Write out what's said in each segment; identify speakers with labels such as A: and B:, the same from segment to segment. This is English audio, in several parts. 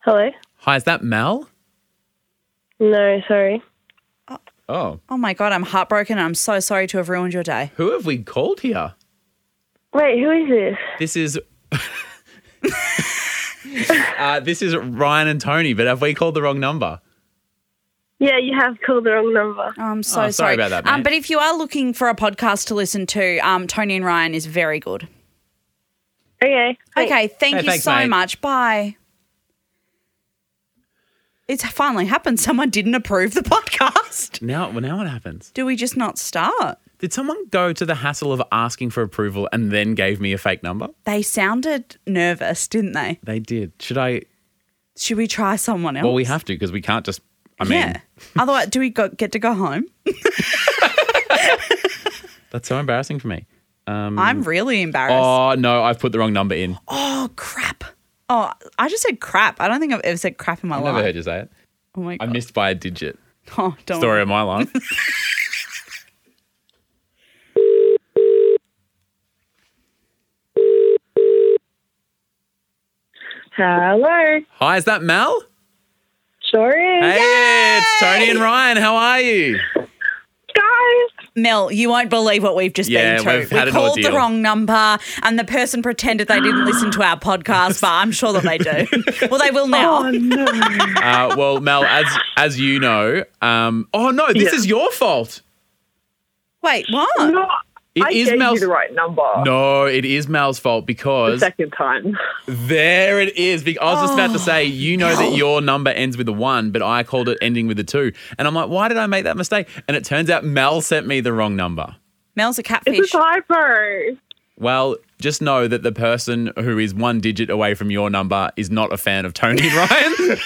A: Hello?
B: Hi, is that Mel?
A: No, sorry.
B: Oh,
C: Oh my God, I'm heartbroken. I'm so sorry to have ruined your day.
B: who have we called here?
A: Wait, who is this?
B: This is. uh, this is Ryan and Tony, but have we called the wrong number?
A: Yeah, you have called the wrong number.
C: Oh, I'm so
B: Oh, sorry about that,
C: Um,
B: mate.
C: but if you are looking for a podcast to listen to, um, Tony and Ryan is very good.
A: Okay. thanks.
C: Okay, thank
B: Hey,
C: you
B: thanks,
C: so
B: mate.
C: much. Bye. It's finally happened. Someone didn't approve the podcast.
B: Now, well, now what happens?
C: Do we just not start?
B: Did someone go to the hassle of asking for approval and then gave me a fake number?
C: They sounded nervous, didn't they?
B: They did. Should I?
C: Should we try someone else?
B: Well, we have to because we can't just. I mean,
C: yeah. Otherwise, do we go, get to go home?
B: that's so embarrassing for me.
C: I'm really embarrassed. Oh.
B: Um, Oh no, I've put the wrong number in.
C: crap. Oh, I just said crap. I don't think I've ever said crap in my
B: I've
C: life.
B: never heard you say it.
C: Oh my
B: I
C: god.
B: missed by a digit.
C: oh, don't
B: Story of my life.
A: Hello.
B: Hi, is that Mel?
A: Sorry.
B: Hey, it's Tony and Ryan. How are you?
A: Guys.
C: Mel, you won't believe what we've just
B: Yeah,
C: been through.
B: we've had
C: we
B: an
C: called the
B: ordeal.
C: wrong number, and the person pretended they didn't listen to our podcast, but I'm sure that they do. well, they will now.
A: Oh,
B: Uh, well, Mel, as as you know, um, oh no, this
A: Yeah.
B: is your fault.
C: Wait, what?
A: No,
B: It
A: I
B: is
A: gave
B: Mel's-
A: you the right number.
B: No, it is Mel's fault
A: The
B: because
A: second time. Oh.
B: there it is. Be- I was just about to say, you know that your number ends with a one, but I called it ending with a two, and I'm like, why did I make that mistake? And it turns out Mel sent me the wrong number.
C: Mel's a
A: It's
C: catfish.
A: a typo.
B: Well, just know that the person who is one digit away from your number is not a fan of Tony and Ryan.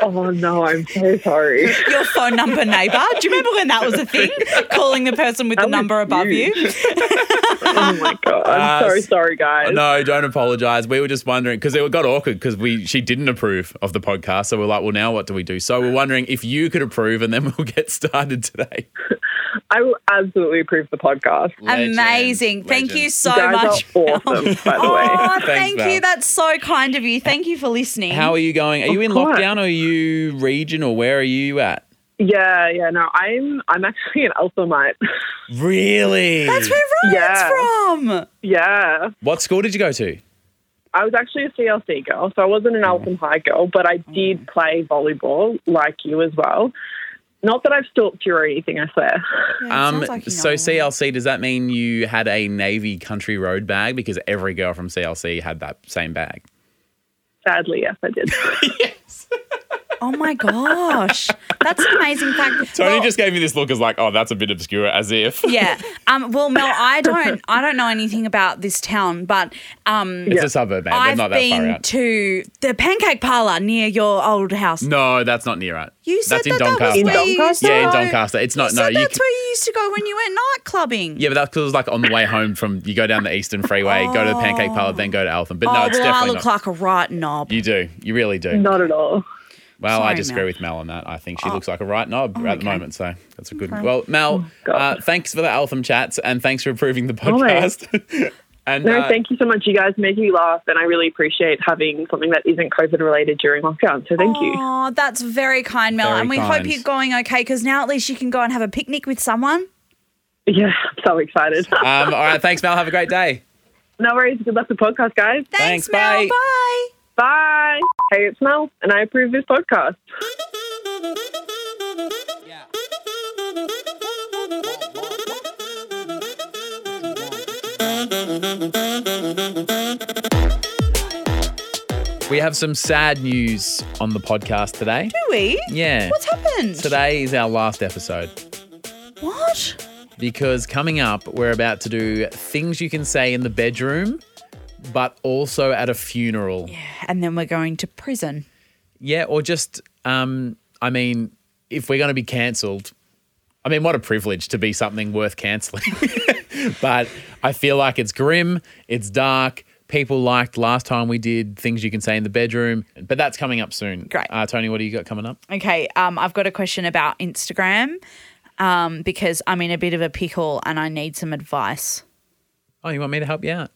A: Oh no, I'm so sorry.
C: Your phone number neighbor. Do you remember when that was a thing? Calling the person with the
A: That was
C: number above you.
A: huge. oh my god. I'm
B: Uh,
A: so
B: s-
A: sorry guys.
B: no, don't apologize. We were just wondering because it got awkward because we she didn't approve of the podcast, so we're like, well, now what do we do? So we're wondering if you could approve, and then we'll get started today.
A: I will absolutely approve the podcast.
B: Legend.
C: Amazing. Thank you
B: Legend.
C: so
A: you guys
C: much.
A: are
C: Mel.
A: awesome, by the way.
C: Oh,
B: Thanks,
C: thank
B: Mel.
C: you. That's so kind of you. Thank you for listening.
B: How are you going? Are you in
A: course.
B: lockdown? Or are you region or where are you at?
A: Yeah, yeah, no, I'm I'm actually an Elsamite.
B: Really?
C: That's where Ryan's
A: Yeah.
C: from.
A: yeah.
B: what school did you go to?
A: I was actually a CLC girl, so I wasn't an Eltham High girl, but I
C: Mm.
A: did play volleyball like you as well. Not that I've stalked you or anything, I swear.
C: Yeah, it sounds like you know
B: Um, so
C: a lot.
B: CLC, does that mean you had a Navy Country Road bag? Because every girl from CLC had that same bag.
A: Sadly, yes, I did.
C: Oh my gosh, that's an amazing fact.
B: Tony
C: Well,
B: just gave me this look as like, oh, that's a bit obscure, as if.
C: yeah. Um, well, Mel, I don't, I don't know anything about this town, but um,
B: It's a suburb, man. They're
C: I've
B: not that far
C: been
B: out.
C: to the Pancake Parlor near your old house.
B: no, that's not near it.
C: You said
B: that's in
C: that that was
B: Doncaster.
C: where
A: In
C: you used
A: Doncaster?
C: to
B: yeah, in
C: go-
B: Doncaster. It's
C: You
B: not. no,
C: said
B: you.
C: that's
B: c-
C: where you used to go when you went night clubbing.
B: yeah, but that's because like on the way home from you go down the Eastern Freeway, go to the Pancake Parlor, then go to Eltham. But
C: Oh,
B: no, it's
C: well, I
B: definitely
C: look
B: not.
C: like a right knob.
B: you do. You really do.
A: Not at all.
B: Well, I
C: Sorry,
B: disagree
C: Mel. Oh.
B: with Mel on that. I think she looks like a right knob at the moment. So that's a good.
C: Okay. Oh,
B: Well, Mel,
A: God.
B: uh, thanks for the Eltham chats and thanks for approving the
A: No worries.
B: podcast. and
A: No,
B: uh,
A: thank you so much. You guys make me laugh, and I really appreciate having something that isn't COVID related during lockdown. So thank you.
C: Oh, that's very kind, Mel,
B: Very
C: and we hope
B: kind.
C: you're going okay because now at least you can go and have a picnic with someone.
A: Yeah, I'm so excited.
B: um, all right, thanks, Mel. Have a great day.
A: no worries. Good luck with the podcast, guys.
B: Thanks,
C: Thanks,
B: bye.
C: Mel. Bye.
A: Bye. Hey, it's Mel, and I approve this podcast.
B: We have some sad news on the podcast today.
C: Louis,
B: Yeah.
C: what's happened
B: Today is our last episode
C: What?
B: because coming up, we're about to do things you can say in the bedroom, but also at a funeral.
C: And then we're going to prison.
B: Yeah, or just, um, I mean, if we're going to be cancelled, I mean, what a privilege to be something worth cancelling. but I feel like it's grim, it's dark. People liked last time we did things you can say in the bedroom, but that's coming up soon.
C: Great.
B: Uh, Tony, what do you got coming up?
C: Okay, um, I've got a question about Instagram um, because I'm in a bit of a pickle and I need some advice.
B: Oh, you want me to help you out?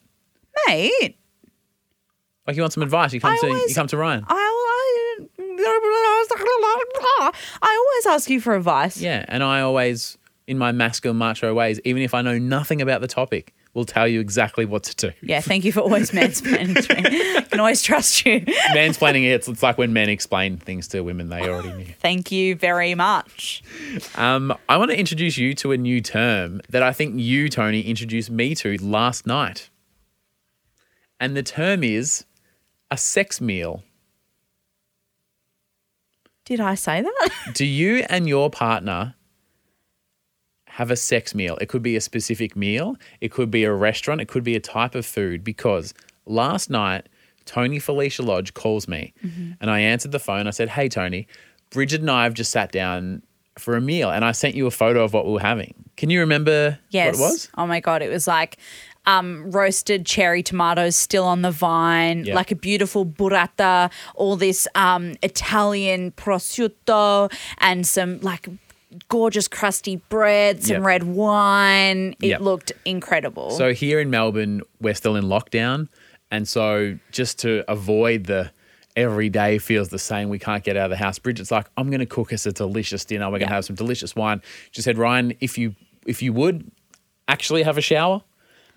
C: Mate,
B: Like you want some advice? You come
C: I
B: to
C: always-
B: you come to Ryan.
C: I, I are. I always ask you for advice.
B: Yeah, and I always, in my masculine macho ways, even if I know nothing about the topic, will tell you exactly what to do.
C: Yeah, thank you for always mansplaining to me. I can always trust you.
B: Mansplaining it's it's like when men explain things to women they already knew.
C: Thank you very much.
B: Um, I want to introduce you to a new term that I think you, Tony, introduced me to last night, and the term is a sex meal.
C: Did I say that?
B: Do you and your partner have a sex meal? It could be a specific meal, it could be a restaurant, it could be a type of food. Because last night, Tony Felicia Lodge calls me and I answered the phone. I said, Hey, Tony, Bridget and I have just sat down for a meal and I sent you a photo of what we were having. Can you remember
C: Yes.
B: what it was?
C: Oh my god, it was like um, roasted cherry tomatoes still on the vine,
B: Yeah.
C: like a beautiful burrata, all this um, Italian prosciutto, and some like gorgeous crusty bread, some
B: Yeah.
C: red wine. It
B: Yeah.
C: looked incredible.
B: So here in Melbourne, we're still in lockdown, and so just to avoid the every day feels the same, we can't get out of the house. Bridget's like, I'm going to cook us a delicious dinner. We're going to
C: Yeah.
B: have some delicious wine. She said, Ryan, if you if you would actually have a shower,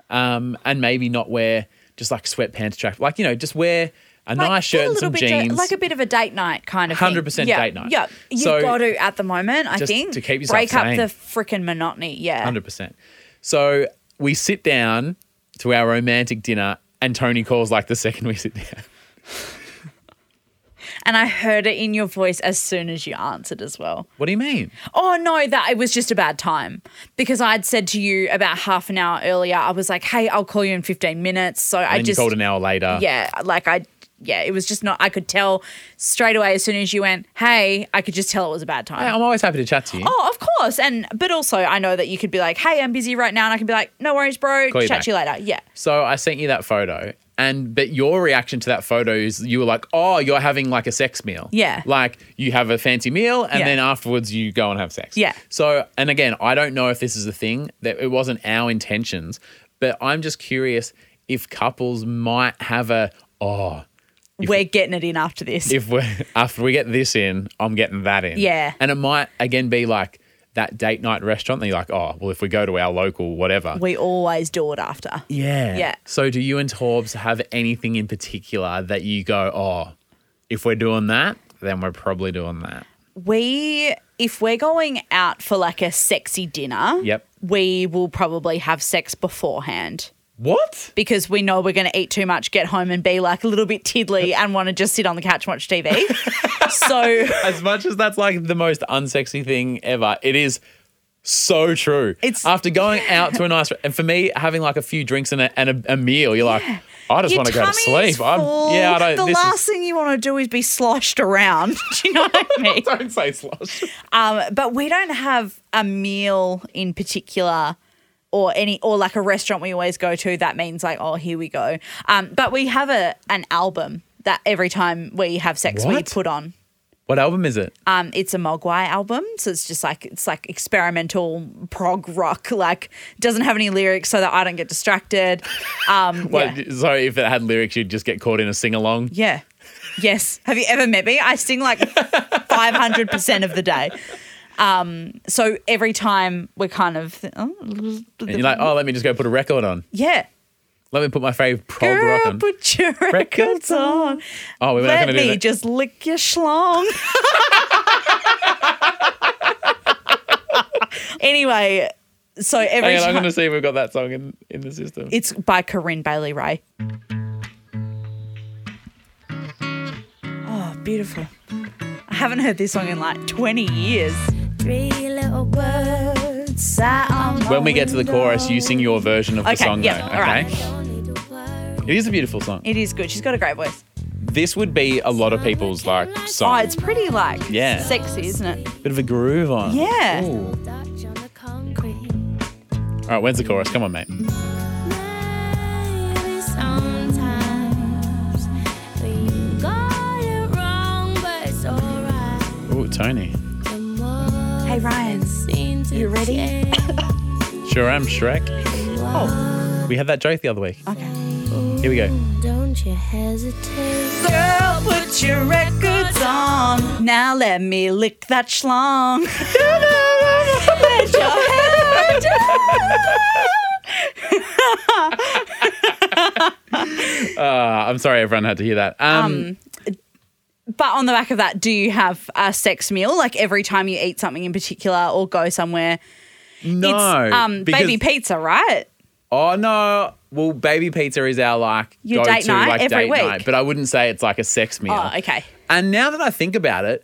B: um, and maybe not wear just like sweatpants, track, like you know, just wear a
C: Like,
B: nice
C: get a
B: shirt and
C: little
B: some
C: bit of-
B: jeans.
C: like a bit of a date night kind of thing.
B: 100%
C: Yeah,
B: date night.
C: Yeah, you've
B: So-
C: got to at the moment. I
B: Just
C: think
B: to keep yourself
C: break
B: sane.
C: up the freaking monotony. Yeah,
B: Hundred percent. So we sit down to our romantic dinner, and Tony calls like the second we sit down.
C: and I heard it in your voice as soon as you answered as well.
B: What do you mean?
C: Oh no, that it was just a bad time because I'd said to you about half an hour earlier. I was like, "Hey, I'll call you in fifteen minutes." So I
B: And then
C: just
B: you called an hour later.
C: yeah, like I yeah, it was just not. I could tell straight away as soon as you went, "Hey," I could just tell it was a bad time.
B: Hey, I'm always happy to chat to you.
C: Oh, of course, and but also I know that you could be like, "Hey, I'm busy right now," and I can be like, "No worries, bro.
B: Call you
C: Chat
B: back."
C: to you later." Yeah,
B: So I sent you that photo, and but your reaction to that photo is you were like, "Oh, you're having like a sex meal."
C: Yeah.
B: Like you have a fancy meal, and
C: Yeah.
B: then afterwards you go and have sex.
C: Yeah.
B: So and again, I don't know if this is a thing that it wasn't our intentions, but I'm just curious if couples might have a oh
C: we're getting it in after this.
B: if we after we get this in, I'm getting that in.
C: Yeah.
B: And it might again be like that date night restaurant. That you're like, oh, well, if we go to our local whatever,
C: we always do it after.
B: Yeah.
C: Yeah.
B: So do you and Torbs have anything in particular that you go, oh, if we're doing that, then we're probably doing that.
C: we if we're going out for like a sexy dinner
B: Yep.
C: we will probably have sex beforehand
B: What?
C: because we know we're going to eat too much get home and be like a little bit tiddly and want to just sit on the couch and watch tv so
B: As much as that's like the most unsexy thing ever, it is so true.
C: It's-
B: after going out to a nice and for me having like a few drinks and a, and a, a meal, you're like, I just
C: your
B: want to go to
C: tummy is
B: sleep. I'm
C: full.
B: yeah, I don't.
C: the
B: this
C: last thing you want to do is be sloshed around do you know what i mean
B: is, don't say slush.
C: Um, but we don't have a meal in particular or any or like a restaurant we always go to that means like oh here we go um, but we have a an album that every time we have sex we
B: What?
C: put on
B: What album is it?
C: um, it's a mogwai album so it's just like it's like experimental prog rock like doesn't have any lyrics so that i don't get distracted um,
B: Well,
C: yeah.
B: So if it had lyrics, you'd just get caught in a sing along.
C: yeah yes have you ever met me i sing like 500% of the day um, so every time we're kind of oh,
B: And you're like, oh, let me just go put a record on.
C: Yeah.
B: Let me put my fave prog rock on.
C: put your records on.
B: Oh, we're not
C: Let
B: going to do
C: me
B: that.
C: just lick your schlong. anyway, so every
B: Hang on, I'm
C: time
B: going to see if we've got that song in, in the system.
C: it's by Corinne Bailey Ray. Oh, beautiful. I haven't heard this song in like 20 years.
D: Three little words sat on my
B: when we get to the chorus, you sing your version of the
C: Okay,
B: song,
C: yeah,
B: though.
C: all right.
B: Okay,
D: window.
B: it is a beautiful song.
C: It is good. She's got a great voice.
B: This would be a lot of people's like
C: Oh,
B: song.
C: it's pretty like
B: Yeah.
C: sexy, isn't it?
B: Bit of a groove on.
C: Yeah.
B: Ooh.
D: Dutch on the concrete.
B: All right, when's the chorus? Come on, mate.
D: Maybe sometimes you got it wrong, but it's alright.
B: Ooh, Tony.
D: The more
C: Hey, Ryan,
D: things seem to
C: you ready?
D: change,
B: Sure am Shrek.
D: the more
B: We had that joke the other week.
C: Oh. Okay.
D: we
B: Here we go.
D: Don't you hesitate.
C: Girl, put your records on. Now let me lick that schlong. Let your hair
B: Uh, I'm sorry everyone had to hear that. Um,
C: But on the back of that, do you have a sex meal? Like every time you eat something in particular or go somewhere?
B: no.
C: It's um,
B: because-
C: baby pizza, right?
B: Oh no. Well, baby pizza is our like
C: Your
B: go-to,
C: date night
B: like
C: every
B: date
C: week?
B: night, but I wouldn't say it's like a sex meal.
C: Oh, okay.
B: And now that I think about it,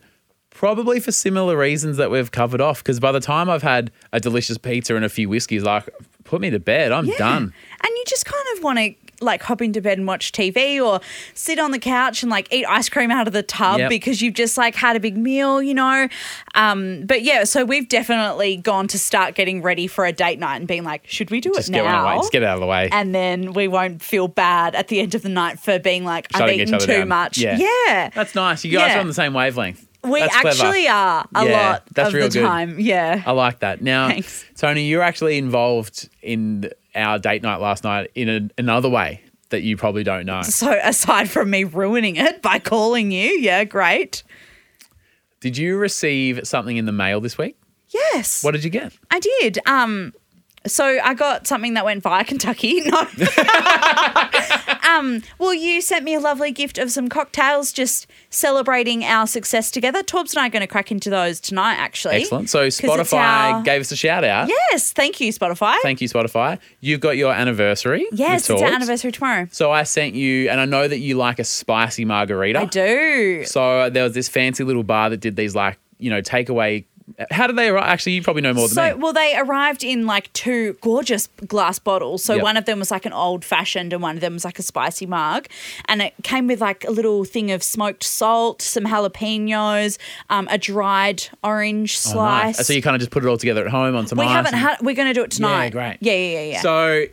B: probably for similar reasons that we've covered off, because by the time I've had a delicious pizza and a few whiskeys, like put me to bed, I'm done.
C: And you just kind of want to like hop into bed and watch TV or sit on the couch and like eat ice cream out of the tub
B: Yep.
C: because you've just like had a big meal, you know. Um, but yeah, so we've definitely gone to start getting ready for a date night and being like, should we do
B: Just
C: it
B: get one
C: now?
B: away. Just get it out of the way.
C: and then we won't feel bad at the end of the night for being like, I've
B: Shutting each
C: eaten
B: other
C: too
B: down.
C: much.
B: Yeah.
C: yeah.
B: That's nice. You guys
C: Yeah.
B: are on the same wavelength.
C: we
B: That's clever.
C: actually are a
B: Yeah,
C: lot
B: that's
C: of
B: real
C: the
B: good. Um,
C: time. Yeah.
B: I like that. Now,
C: Thanks.
B: Tony, you're actually involved in our date night last night in a, another way that you probably don't know.
C: so aside from me ruining it by calling you, yeah, great.
B: Did you receive something in the mail this week?
C: Yes.
B: What did you get?
C: I did. Um, so I got something that went via Kentucky. No. um, well, you sent me a lovely gift of some cocktails, just celebrating our success together. Torbs and I are going to crack into those tonight, actually.
B: Excellent. So
C: 'Cause it's
B: Spotify
C: our-
B: gave us a shout out.
C: Yes, thank you, Spotify.
B: Thank you, Spotify. You've got your anniversary.
C: yes,
B: with
C: it's our
B: Torbs.
C: anniversary tomorrow.
B: So I sent you, and I know that you like a spicy margarita.
C: I do.
B: So there was this fancy little bar that did these like you know takeaway. How did they arrive? Actually, you probably know more than
C: So,
B: me.
C: well, they arrived in like two gorgeous glass bottles. So,
B: Yep.
C: one of them was like an old fashioned and one of them was like a spicy mug. And it came with like a little thing of smoked salt, some jalapenos, um, a dried orange
B: Oh, nice.
C: slice.
B: So you kind of just put it all together at home on some
C: we
B: ice.
C: haven't
B: and-
C: had, we're going to do it tonight.
B: great.
C: Yeah, yeah, yeah, yeah.
B: So,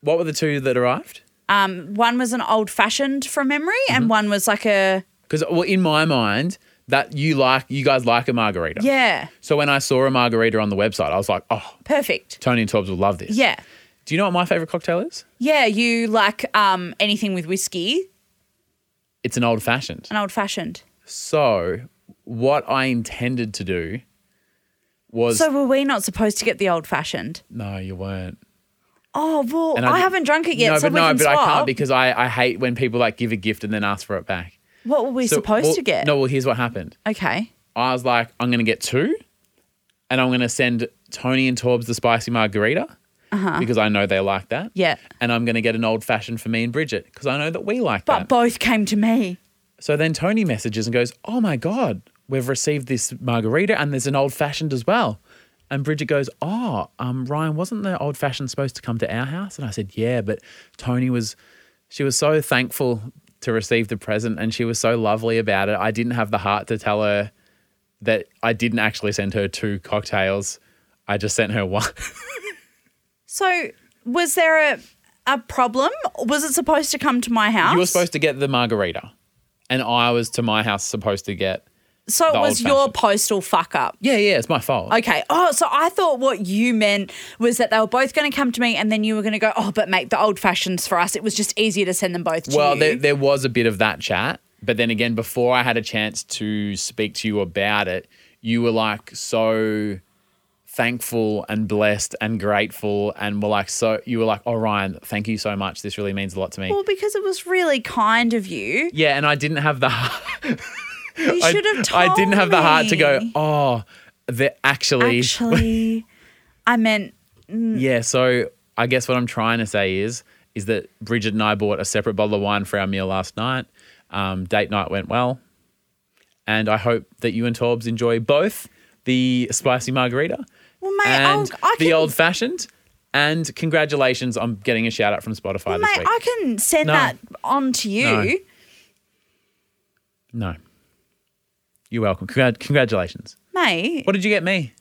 B: what were the two that arrived?
C: um, one was an old fashioned from memory and
B: Mm-hmm.
C: one was like a,
B: Because well, in my mind, that you like, you guys like a margarita.
C: yeah,
B: So when I saw a margarita on the website, I was like, oh,
C: perfect.
B: Tony and Torbs will love this.
C: Yeah.
B: Do you know what my favorite cocktail is?
C: Yeah, you like um, anything with whiskey,
B: It's an old fashioned.
C: an old fashioned.
B: So what I intended to do was
C: So, were we not supposed to get the old fashioned?
B: no, you weren't.
C: Oh well, I,
B: di-
C: haven't drunk it yet,
B: No,
C: so
B: but
C: we
B: no,
C: can
B: but
C: swap.
B: I can't because I, I hate when people like give a gift and then ask for it back.
C: what were we
B: So-
C: supposed
B: well,
C: to get?
B: No, well, here's what happened.
C: Okay.
B: I was like, I'm going to get two and I'm going to send Tony and Torbs the spicy margarita because I know they like that.
C: Uh-huh. Yeah.
B: And I'm going to get an old fashioned for me and Bridget because I know that we like
C: But
B: that.
C: both came to me.
B: so then Tony messages and goes, Oh my God, we've received this margarita and there's an old fashioned as well. And Bridget goes, Oh, um, Ryan, wasn't the old fashioned supposed to come to our house? And I said, Yeah, but Tony was, she was so thankful to receive the present and she was so lovely about it. I didn't have the heart to tell her that I didn't actually send her two cocktails. I just sent her one.
C: So was there a a problem? Was it supposed to come to my house?
B: you were supposed to get the margarita, and I was to my house supposed to get.
C: So
B: the
C: it was
B: old-fashioned.
C: your postal fuck up.
B: Yeah, yeah, it's my fault.
C: Okay. Oh, so I thought what you meant was that they were both going to come to me, and then you were going to go, "Oh, but mate, the old fashions for us. It was just easier to send them both to
B: Well,
C: you."
B: there, there was a bit of that chat, but then again, before I had a chance to speak to you about it, you were like so thankful and blessed and grateful, and were like so. You were like, "Oh, Ryan, thank you so much. This really means a lot to me."
C: well, because it was really kind of you.
B: yeah, and I didn't have the.
C: You
B: I-
C: should have told
B: I didn't have the heart to go.
C: me.
B: Oh, the actually,
C: Actually, I meant
B: yeah. So I guess what I'm trying to say is, is that Bridget and I bought a separate bottle of wine for our meal last night. Um, date night went well, and I hope that you and Torbs enjoy both the spicy margarita
C: Well, mate, I'll-
B: and
C: I
B: the
C: can-
B: old fashioned. And congratulations on getting a shout out from Spotify this
C: Mate,
B: week.
C: I can send
B: No.
C: that on to you.
B: No. no, you're welcome. Congrat- congratulations.
C: Mate,
B: What did you get me?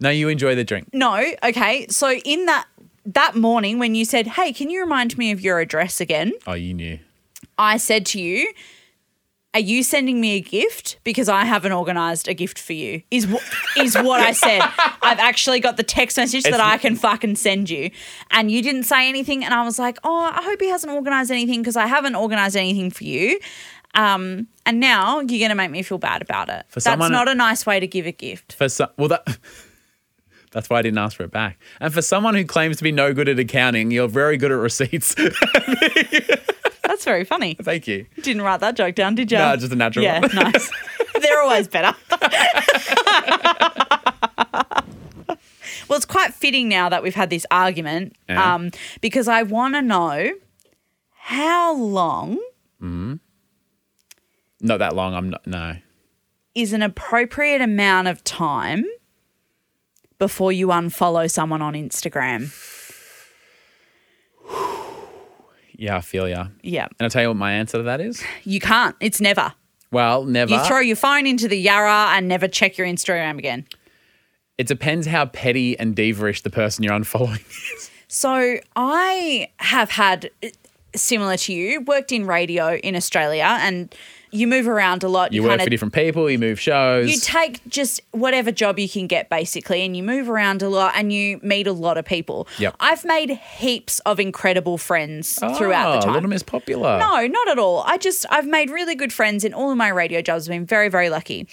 B: No, you enjoy the drink.
C: no, okay. So in that that morning when you said, "Hey, can you remind me of your address again?"
B: Oh, you knew.
C: I said to you, Are you sending me a gift because I haven't organised a gift for you? Is wh- is what I said. I've actually got the text message that I can fucking send you, and you didn't say anything. And I was like, oh, I hope he hasn't organised anything because I haven't organised anything for you. Um, and now you're gonna make me feel bad about it. That's
B: someone-
C: not a nice way to give a gift.
B: For some, well, that that's why I didn't ask for it back. And for someone who claims to be no good at accounting, you're very good at receipts.
C: That's very funny.
B: Thank you.
C: Didn't write that joke down, did you?
B: No, just a natural
C: Yeah,
B: one.
C: nice. They're always better. well, it's quite fitting now that we've had this argument
B: Yeah.
C: um, because I want to know how long
B: Not that long. I'm not. No.
C: is an appropriate amount of time before you unfollow someone on Instagram?
B: Yeah, I feel ya. And
C: Yeah,
B: I'll tell you what my answer to that is.
C: you can't. It's never.
B: Well, never.
C: You throw your phone into the Yarra and never check your Instagram again.
B: it depends how petty and diva-ish the person you're unfollowing.
C: So I have had uh, similar to you worked in radio in Australia, and you move around a lot.
B: You work
C: kinda-
B: for different people. You move shows.
C: you take just whatever job you can get basically and you move around a lot and you meet a lot of people.
B: Yep.
C: I've made heaps of incredible friends throughout the
B: Oh,
C: time.
B: Little Miss Popular.
C: No, not at all. I just I've made really good friends in all of my radio jobs. I've been very, very lucky.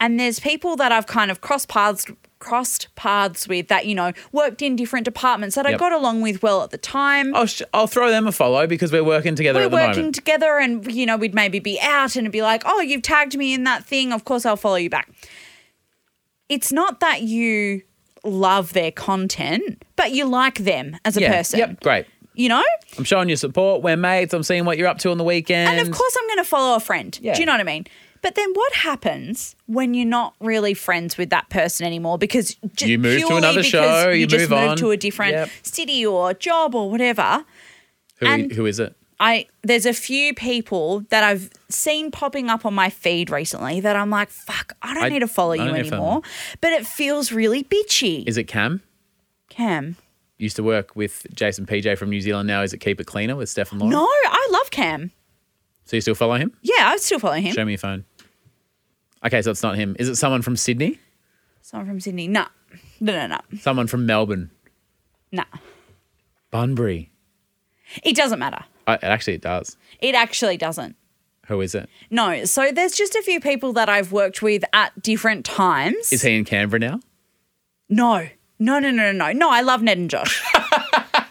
C: And there's people that I've kind of crossed paths crossed paths with that, you know, worked in different departments that I
B: Yep.
C: got along with well at the time.
B: I'll, sh- I'll throw them a follow because we're working together
C: We're
B: at the
C: working
B: moment.
C: together and you know, we'd maybe be out and it'd be like, Oh, you've tagged me in that thing, of course I'll follow you back. It's not that you love their content, but you like them as a
B: yeah.
C: person.
B: Yep. Great.
C: You know?
B: I'm showing you support. We're mates. I'm seeing what you're up to on the weekend.
C: And of course, I'm going to follow a friend.
B: Yeah.
C: Do you know what I mean? But then what happens when you're not really friends with that person anymore because ju-
B: You move to
C: purely
B: another
C: because
B: show,
C: you,
B: you
C: just
B: move
C: moved
B: on.
C: to a different
B: Yep.
C: city or job or whatever.
B: Who-
C: and-
B: who is it?
C: I there's a few people that I've seen popping up on my feed recently that I'm like, fuck, I don't
B: I-
C: need to follow
B: I
C: you
B: don't need to follow
C: anymore. But it feels really bitchy.
B: Is it Cam?
C: Cam.
B: Used to work with Jason PJ from New Zealand. Now is it Keep It Cleaner with Stefan Lauren?
C: No, I love Cam.
B: So you still follow him?
C: Yeah, I still follow him.
B: Show me your phone. Okay, so it's not him. Is it someone from Sydney?
C: Someone from Sydney. No. No, no, no.
B: Someone from Melbourne?
C: No.
B: Bunbury?
C: It doesn't matter.
B: I, actually, it does.
C: It actually doesn't.
B: Who is it?
C: No, so there's just a few people that I've worked with at different times.
B: Is he in Canberra now?
C: no, no, no, no, no, no. No, I love Ned and Josh.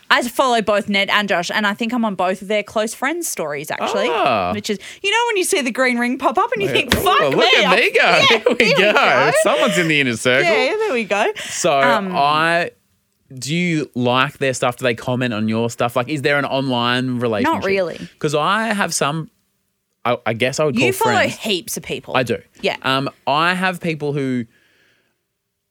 C: I follow both Ned and Josh, and I think I'm on both of their close friends' stories actually,
B: Ah.
C: which is you know when you see the green ring pop up and you think, "Fuck
B: Oh,
C: me,
B: look at
C: I'm-
B: me go. here we, go. Someone's in the inner circle.
C: Yeah, Um, there we go."
B: So I. Do you like their stuff? Do they comment on your stuff? Like, is there an online relationship?
C: really.
B: Because I have some. I, I guess I would call
C: You follow
B: friends.
C: heaps of people.
B: I do.
C: Yeah.
B: Um, I have people who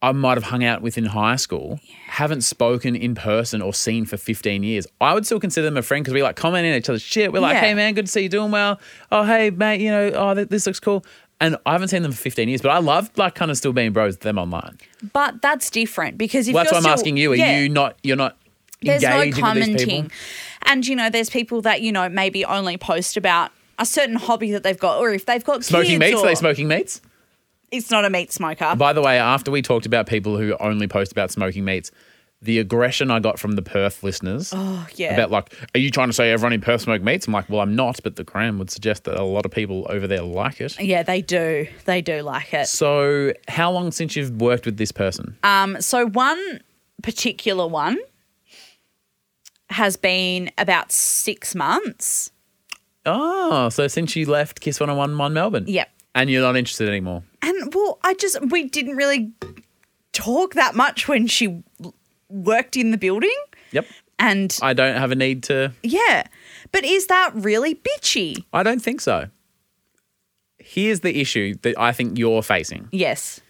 B: I might have hung out with in high school, haven't spoken in person or seen for 15 years. I would still consider them a friend because we like comment in each other's shit. We're like,
C: Yeah.
B: hey man, good to see you doing well. Oh hey mate, you know, oh th- this looks cool. And I haven't seen them for 15 years, but I love like kind of still being bros with them online.
C: but that's different because if
B: Well, that's
C: you're
B: why I'm
C: still-
B: asking you. Are
C: Yeah.
B: you not? You're not.
C: there's no
B: engaging with these people?
C: commenting and you know there's people that you know maybe only post about a certain hobby that they've got or if they've got
B: Smoking
C: kids
B: meats?
C: or,
B: Are they smoking meats?
C: it's not a meat smoker
B: By the way, after we talked about people who only post about smoking meats, the aggression I got from the Perth listeners
C: oh yeah
B: about like, are you trying to say everyone in Perth smoke meats? I'm like, well, I'm not, but the gram would suggest that a lot of people over there like it.
C: yeah they do they do like it
B: So, how long since you've worked with this person?
C: um so one particular one has been about six months
B: oh, so since you left Kiss 101 Mon Melbourne.
C: Yep.
B: And you're not interested anymore.
C: and well i just we didn't really talk that much when she w- worked in the building
B: Yep.
C: and
B: I don't have a need to.
C: yeah but is that really bitchy
B: I don't think so. Here's the issue that I think you're facing.
C: yes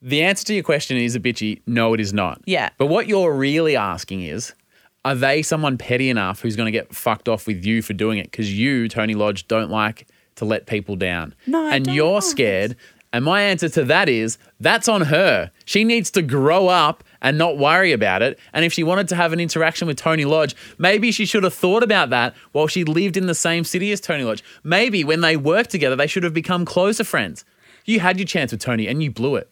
B: The answer to your question is a bitchy. No, it is not.
C: Yeah.
B: But what you're really asking is, are they someone petty enough who's going to get fucked off with you for doing it? Because you, Tony Lodge, don't like to let people down.
C: No, I
B: And
C: don't
B: you're
C: like.
B: scared And my answer to that is that's on her. She needs to grow up and not worry about it. And if she wanted to have an interaction with Tony Lodge, maybe she should have thought about that while she lived in the same city as Tony Lodge. Maybe when they worked together, they should have become closer friends. You had your chance with Tony and you blew it.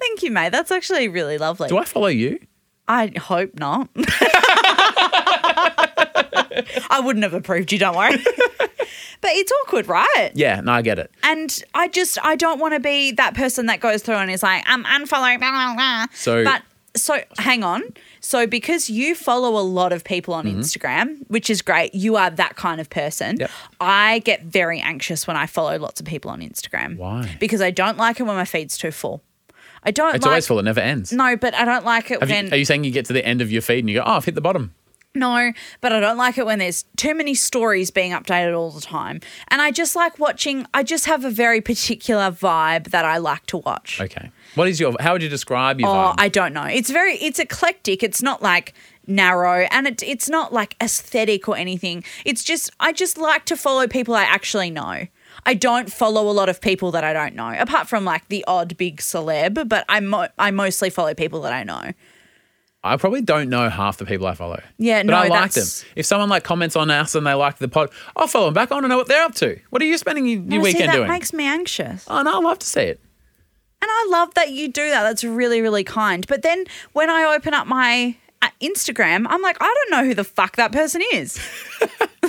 C: Thank you, mate. That's actually really lovely.
B: Do I follow you?
C: I hope not. I wouldn't have approved you, don't worry. but it's awkward, right?
B: Yeah, no, I get it.
C: And I just I don't want to be that person that goes through and is like, um, unfollow, blah, blah, blah.
B: So-
C: but so hang on. So because you follow a lot of people on Instagram, which is great, you are that kind of person.
B: Mm-hmm. Yep.
C: I get very anxious when I follow lots of people on Instagram.
B: Why?
C: Because I don't like it when my feed's too full. I don't
B: It's
C: like
B: always full, it never ends.
C: No, but I don't like it
B: Have you-
C: when
B: are you saying you get to the end of your feed and you go, oh, I've hit the bottom?
C: No, but I don't like it when there's too many stories being updated all the time. And I just like watching, I just have a very particular vibe that I like to watch.
B: Okay. Um, What is your, how would you describe your
C: Or
B: vibe?
C: I don't know. It's very, it's eclectic. It's not like narrow and it, it's not like aesthetic or anything. It's just, I just like to follow people I actually know. I don't follow a lot of people that I don't know, apart from like the odd big celeb, but I, mo- I mostly follow people that I know.
B: I probably don't know half the people I follow.
C: Yeah,
B: but
C: no,
B: I like
C: that's-
B: them. If someone like comments on us and they like the pod, I'll follow them back. I want to know what they're up to. What are you spending your, your
C: And see,
B: weekend
C: that
B: doing?
C: makes me anxious.
B: oh no, I love to see it.
C: And I love that you do that. That's really, really kind. But then when I open up my uh, Instagram, I'm like, I don't know who the fuck that person is.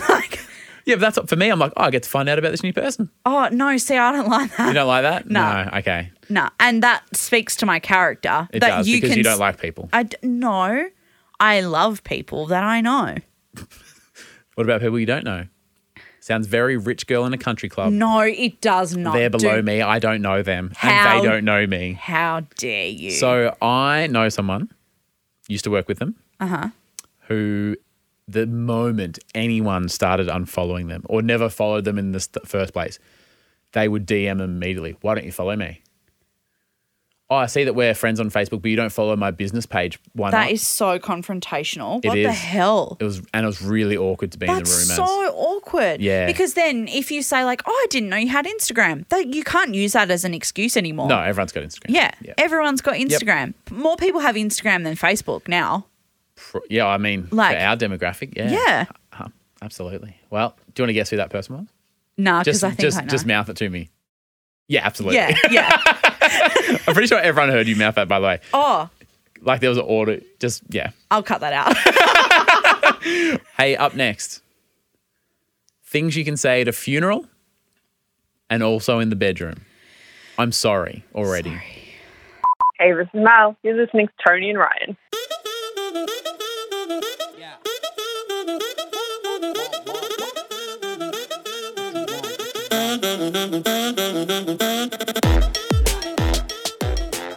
C: like,
B: Yeah, but that's what, for me. I'm like, oh, I get to find out about this new person.
C: oh, no, see, I don't like that.
B: You don't like that?
C: No.
B: Okay.
C: No. And that speaks to my character.
B: It
C: that
B: does because you don't
C: s-
B: like people.
C: I d- no, I love people that I know.
B: What about people you don't know? Sounds very rich girl in a country club.
C: No, it does not.
B: They're below
C: do-
B: me. I don't know them,
C: Oh, How-
B: and they don't know me.
C: How dare you?
B: So I know someone, used to work with them, uh-huh. who the moment anyone started unfollowing them or never followed them in the st- first place, they would DM them immediately. Why don't you follow me? Oh, I see that we're friends on Facebook, but you don't follow my business page. Why
C: that
B: not?
C: is so confrontational. What the
B: is.
C: hell?
B: it was, and it was really awkward to be in the room.
C: That's so awkward.
B: Yeah.
C: Because then if you say like, "Oh, I didn't know you had Instagram," that you can't use that as an excuse anymore.
B: as, no, everyone's got Instagram.
C: Yeah.
B: yeah,
C: Everyone's got Instagram. More people have Instagram than Facebook now.
B: Pr- yeah. I mean,
C: Like-
B: for our demographic, yeah,
C: Yeah.
B: Uh, absolutely. Well, do you want to guess who that person was?
C: Nah, because
B: Just,
C: I think
B: just,
C: I know.
B: just mouth it to me. Yeah, absolutely.
C: yeah. Yeah.
B: I'm pretty sure everyone heard you mouth that, by the way.
C: oh,
B: Like there was an order. Just, yeah.
C: I'll cut that out.
B: Hey, up next things you can say at a funeral and also in the bedroom. I'm sorry already.
A: Hey, this is Mel. You're listening to Tony and Ryan.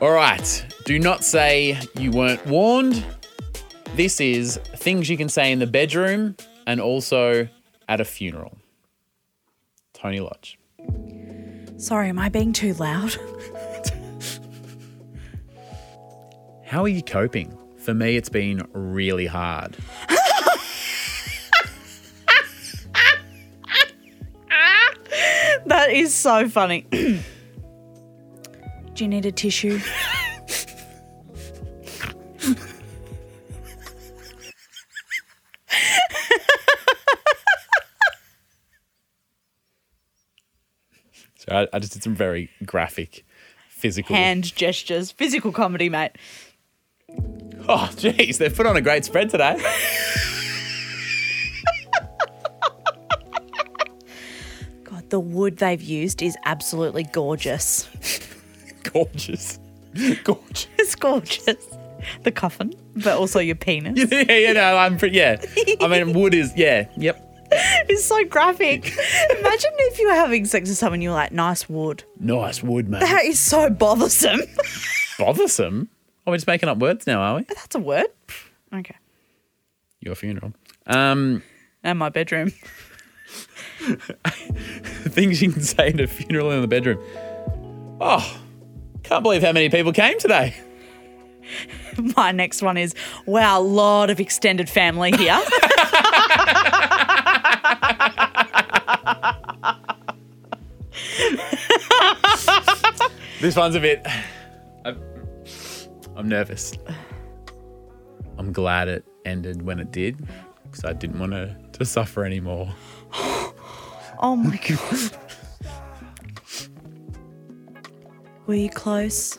B: All right. Do not say you weren't warned. This is things you can say in the bedroom and also at a funeral. Tony Lodge.
C: Sorry, am I being too loud?
B: How are you coping? For me, it's been really hard.
C: That is so funny. Do you need a tissue?
B: So I, I just did some very graphic, physical
C: Hand gestures, physical comedy, mate.
B: Oh, jeez, they've put on a great spread today.
C: God, the wood they've used is absolutely gorgeous.
B: Gorgeous. Gorgeous.
C: It's gorgeous. The coffin, but also your penis.
B: yeah, you know, I'm pretty, yeah. I mean, wood is, yeah, yep.
C: It's so graphic. Imagine if you were having sex with someone, you were like, nice wood.
B: Nice wood, mate.
C: That is so bothersome.
B: Bothersome. Oh, we're just making up words now, are we?
C: That's a word. Okay.
B: Your funeral. Um,
C: And my bedroom.
B: things you can say at a funeral in the bedroom. Oh, can't believe how many people came today.
C: My next one is wow, a lot of extended family here.
B: This one's a bit. I'm, I'm nervous. I'm glad it ended when it did because I didn't want to, to suffer anymore.
C: Oh my god. Were you close?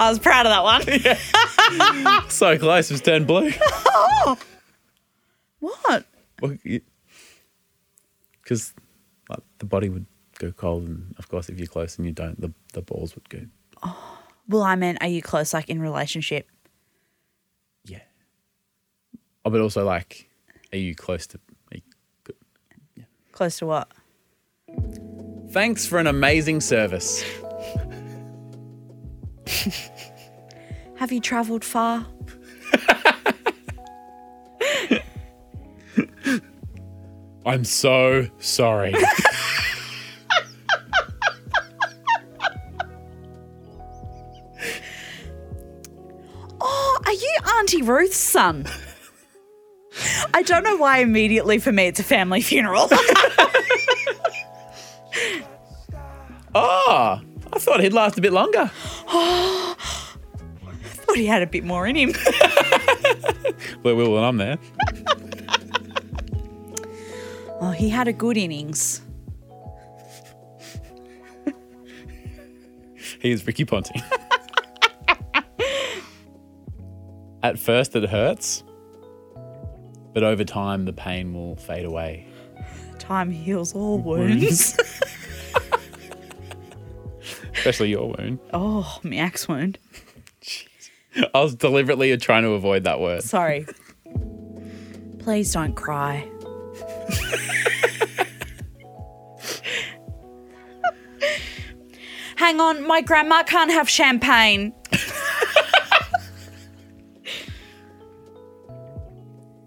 C: I was proud of that one.
B: So close, it's turned blue.
C: What?
B: Because like, the body would go cold, and of course, if you're close and you don't, the, the balls would go.
C: Well, I meant, are you close, like in relationship?
B: Yeah. Oh, but also, like, are you close to. are you good?
C: Close to what?
B: Thanks for an amazing service.
C: Have you travelled far?
B: I'm so sorry.
C: Oh, are you Auntie Ruth's son? I don't know why immediately for me it's a family funeral.
B: Ah, I thought he'd last a bit longer.
C: thought he had a bit more in him.
B: Well, will when I'm there.
C: Oh, he had a good innings.
B: Here's Ricky Ponting. At first, it hurts, but over time, the pain will fade away.
C: Time heals all wounds.
B: Especially your wound.
C: oh, my axe wound.
B: I was deliberately trying to avoid that word.
C: Sorry. Please don't cry. Hang on, my grandma can't have champagne.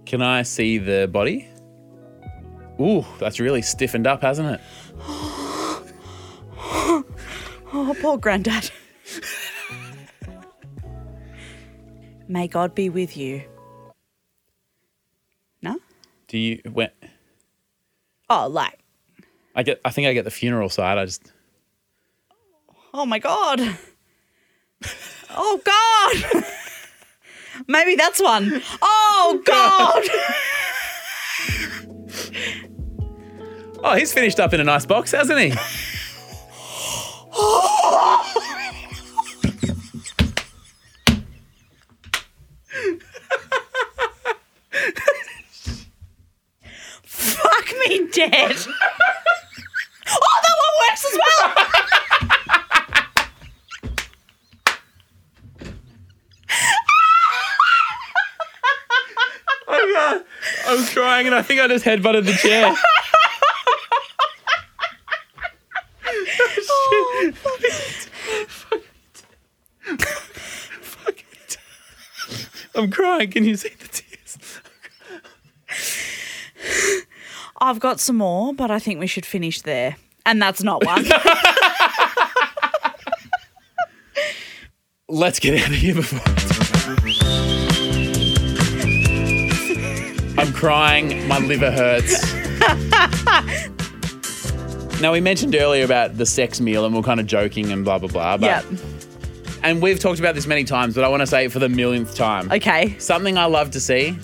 B: Can I see the body? Ooh, that's really stiffened up, hasn't it?
C: Oh, poor granddad. May God be with you. No?
B: Do you? When,
C: Oh, like,
B: I get. I think I get the funeral side. I just.
C: oh my God. Oh God. Maybe that's one. Oh God.
B: Oh, he's finished up in a nice box, hasn't he?
C: Fuck me dead. Oh, that one works as well.
B: I was crying and I think I just headbutted the chair. Oh, I'm crying. Can you see the tears?
C: I've got some more, but I think we should finish there. And that's not one.
B: Let's get out of here before. I'm crying. My liver hurts. now we mentioned earlier about the sex meal, and we we're kind of joking and blah blah blah. But,
C: yep.
B: And we've talked about this many times, but I want to say it for the millionth time.
C: Okay.
B: Something I love to see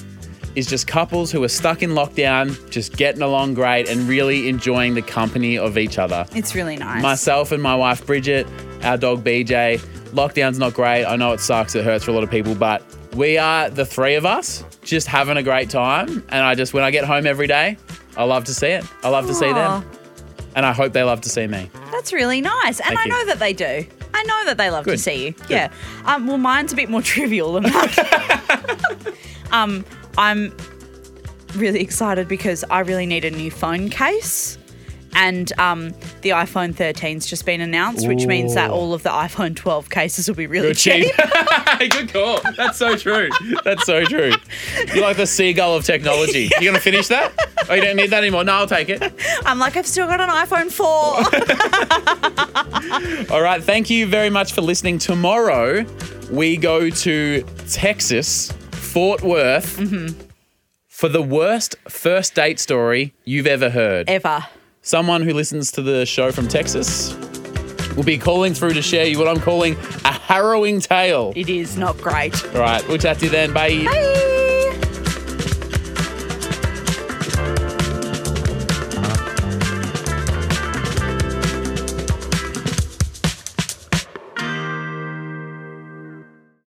B: is just couples who are stuck in lockdown, just getting along great and really enjoying the company of each other.
C: It's really nice.
B: Myself and my wife Bridget, our dog BJ. Lockdown's not great. I know it sucks. It hurts for a lot of people, but we are the three of us just having a great time. And I just, when I get home every day, I love to see it. I love to see
C: Aw.
B: them. And I hope they love to see me.
C: That's really nice. And
B: Thank
C: I
B: you.
C: know that they do. I know that they love to
B: Good.
C: see you. Yeah. Um, well, mine's a bit more trivial than that. um, I'm really excited because I really need a new phone case. And um, the iPhone 13's just been announced, which means that
B: Ooh.
C: all of the iPhone 12 cases will be really
B: Good
C: cheap.
B: cheap. Good call. That's so true. That's so true. You're like the seagull of technology. You're gonna finish that? Oh, you don't need that anymore. No, I'll take it.
C: I'm like, I've still got an iPhone 4.
B: All right. Thank you very much for listening. Tomorrow we go to Texas, Fort Worth, for the worst first date story you've ever heard.
C: ever.
B: Someone who listens to the show from Texas will be calling through to share you what I'm calling a harrowing tale.
C: It is not great.
B: All right, we'll chat to you then. Bye.
C: Bye.